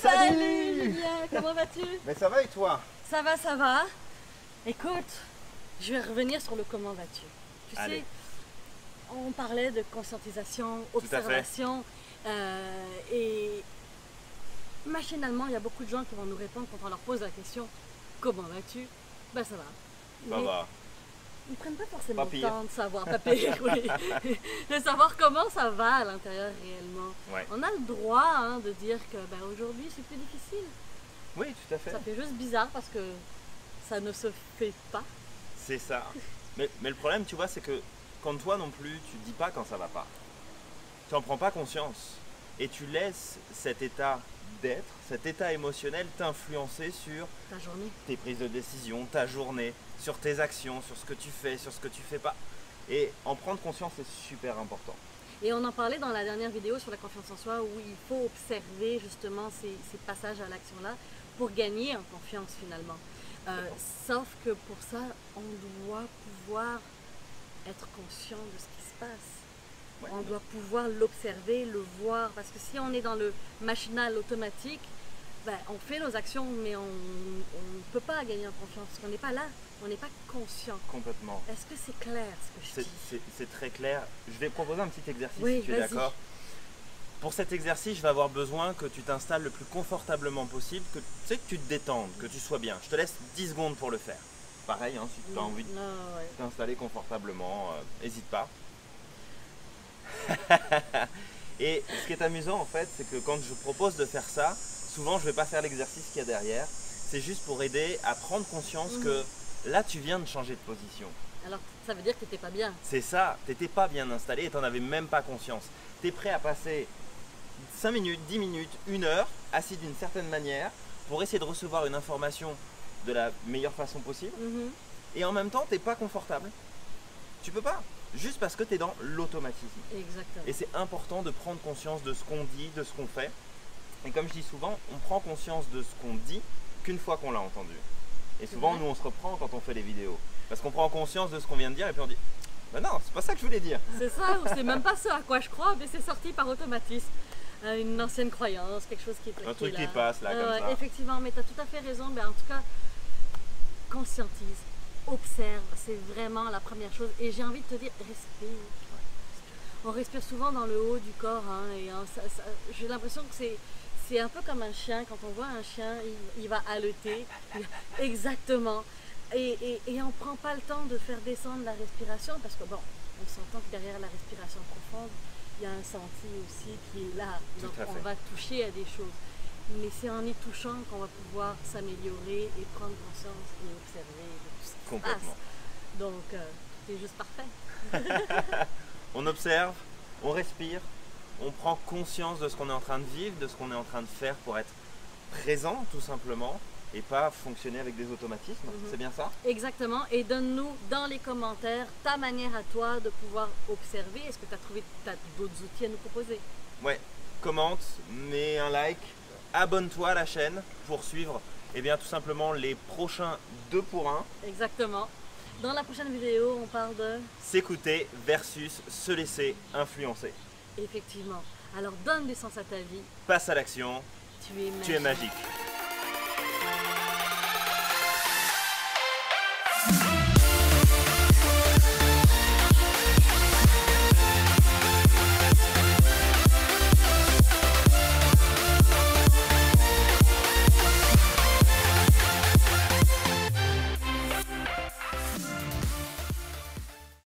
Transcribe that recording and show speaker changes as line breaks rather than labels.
Salut
Salut
Julien, Comment vas-tu
Mais ça va et toi
Ça va, ça va. Écoute, je vais revenir sur le comment vas-tu. Tu
Allez.
sais, on parlait de conscientisation,
fait.
observation, euh, et machinalement, il y a beaucoup de gens qui vont nous répondre quand on leur pose la question Comment vas-tu Ben ça va.
Ça
Mais
va.
Ils ne prennent pas
Pas
forcément le
pire.
temps de savoir, pas pire, oui. de savoir comment ça va à l'intérieur réellement.
Ouais.
On a le droit hein, de dire que ben, aujourd'hui c'est plus difficile.
Oui, tout à fait.
Ça fait juste bizarre parce que ça ne se fait pas.
C'est ça. Mais, mais le problème, tu vois, c'est que quand toi non plus, tu dis pas quand ça va pas. Tu n'en prends pas conscience. Et tu laisses cet état d'être, cet état émotionnel t'influencer sur
Ta journée.
tes prises de décision, ta journée, sur tes actions, sur ce que tu fais, sur ce que tu fais pas. Et en prendre conscience, c'est super important.
Et on en parlait dans la dernière vidéo sur la confiance en soi où il faut observer justement ces, ces passages à l'action-là pour gagner en confiance finalement. Euh, sauf que pour ça, on doit pouvoir être conscient de ce qui se passe.
Ouais.
On doit pouvoir l'observer, le voir, parce que si on est dans le machinal automatique, ben, on fait nos actions, mais on on ne peut pas gagner en confiance, parce qu'on n'est pas là, on n'est pas conscient.
Complètement.
Est-ce que c'est clair ce que je
C'est-
dis
C'est c'est très clair. Je vais proposer un petit exercice
Oui,
si tu es
vas-y.
d'accord. Pour cet exercice, je vais avoir besoin que tu t'installes le plus confortablement possible, que tu sais que tu te détendes, que tu sois bien. Je te laisse 10 secondes pour le faire. Pareil, hein, si tu as envie de
Non, Ah, ouais.
t'installer confortablement, n'hésite pas. Et ce qui est amusant en fait, c'est que quand je propose de faire ça, souvent je vais pas faire l'exercice qu'il y a derrière. C'est juste pour aider à prendre conscience
Mhm.
que là tu viens de changer de position.
Alors, ça veut dire que t'étais pas bien.
C'est ça, t'étais pas bien installé et t'en avais même pas conscience. T'es prêt à passer 5 minutes, 10 minutes, 1 heure, assis d'une certaine manière, pour essayer de recevoir une information de la meilleure façon possible,
Mm-hmm.
et en même temps t'es pas confortable. Tu peux pas, juste parce que t'es dans l'automatisme.
Exactement.
Et c'est important de prendre conscience de ce qu'on dit, de ce qu'on fait. Et comme je dis souvent, on prend conscience de ce qu'on dit qu'une fois qu'on l'a entendu. Et souvent,
vrai.
nous, on se reprend quand on fait les vidéos. Parce qu'on prend conscience de ce qu'on vient de dire et puis on dit Bah non, c'est pas ça que je voulais dire.
C'est ça, ou c'est même pas ça à quoi je crois, mais c'est sorti par automatisme. Euh, Une ancienne croyance, quelque chose qui est
Un truc
est
qui
là.
passe là,
Ouais,
comme
ouais,
ça.
Effectivement, mais tu as tout à fait raison. Ben, en tout cas, conscientise, observe, c'est vraiment la première chose. Et j'ai envie de te dire, respire. On respire souvent dans le haut du corps. hein, et hein, ça- ça- j'ai l'impression que c'est, c'est un peu comme un chien. Quand on voit un chien, il, il va haleter. Il- Exactement. Et, et- et on ne prend pas le temps de faire descendre la respiration parce que, bon, on s'entend que derrière la respiration profonde, il y a un senti aussi qui est là.
Tout
Donc
à
on
fait.
va toucher à des choses. Mais c'est en y touchant qu'on va pouvoir s'améliorer et prendre conscience et observer de tout ce qui se
Complètement.
passe. Donc, euh, c'est juste parfait.
On observe, on respire, on prend conscience de ce qu'on est en train de vivre, de ce qu'on est en train de faire pour être présent tout simplement et pas fonctionner avec des automatismes.
Mhm.
C'est bien ça
Exactement. Et donne-nous dans les commentaires ta manière à toi de pouvoir observer. Est-ce que tu as trouvé t'as d'autres outils à nous proposer
Ouais, commente, mets un like, abonne-toi à la chaîne pour suivre eh bien, tout simplement les prochains 2 pour 1,
Exactement. Dans la prochaine vidéo, on parle de...
s'écouter versus se laisser influencer.
Effectivement. Alors donne du sens à ta vie.
Passe à l'action,
Tu es
tu es magique.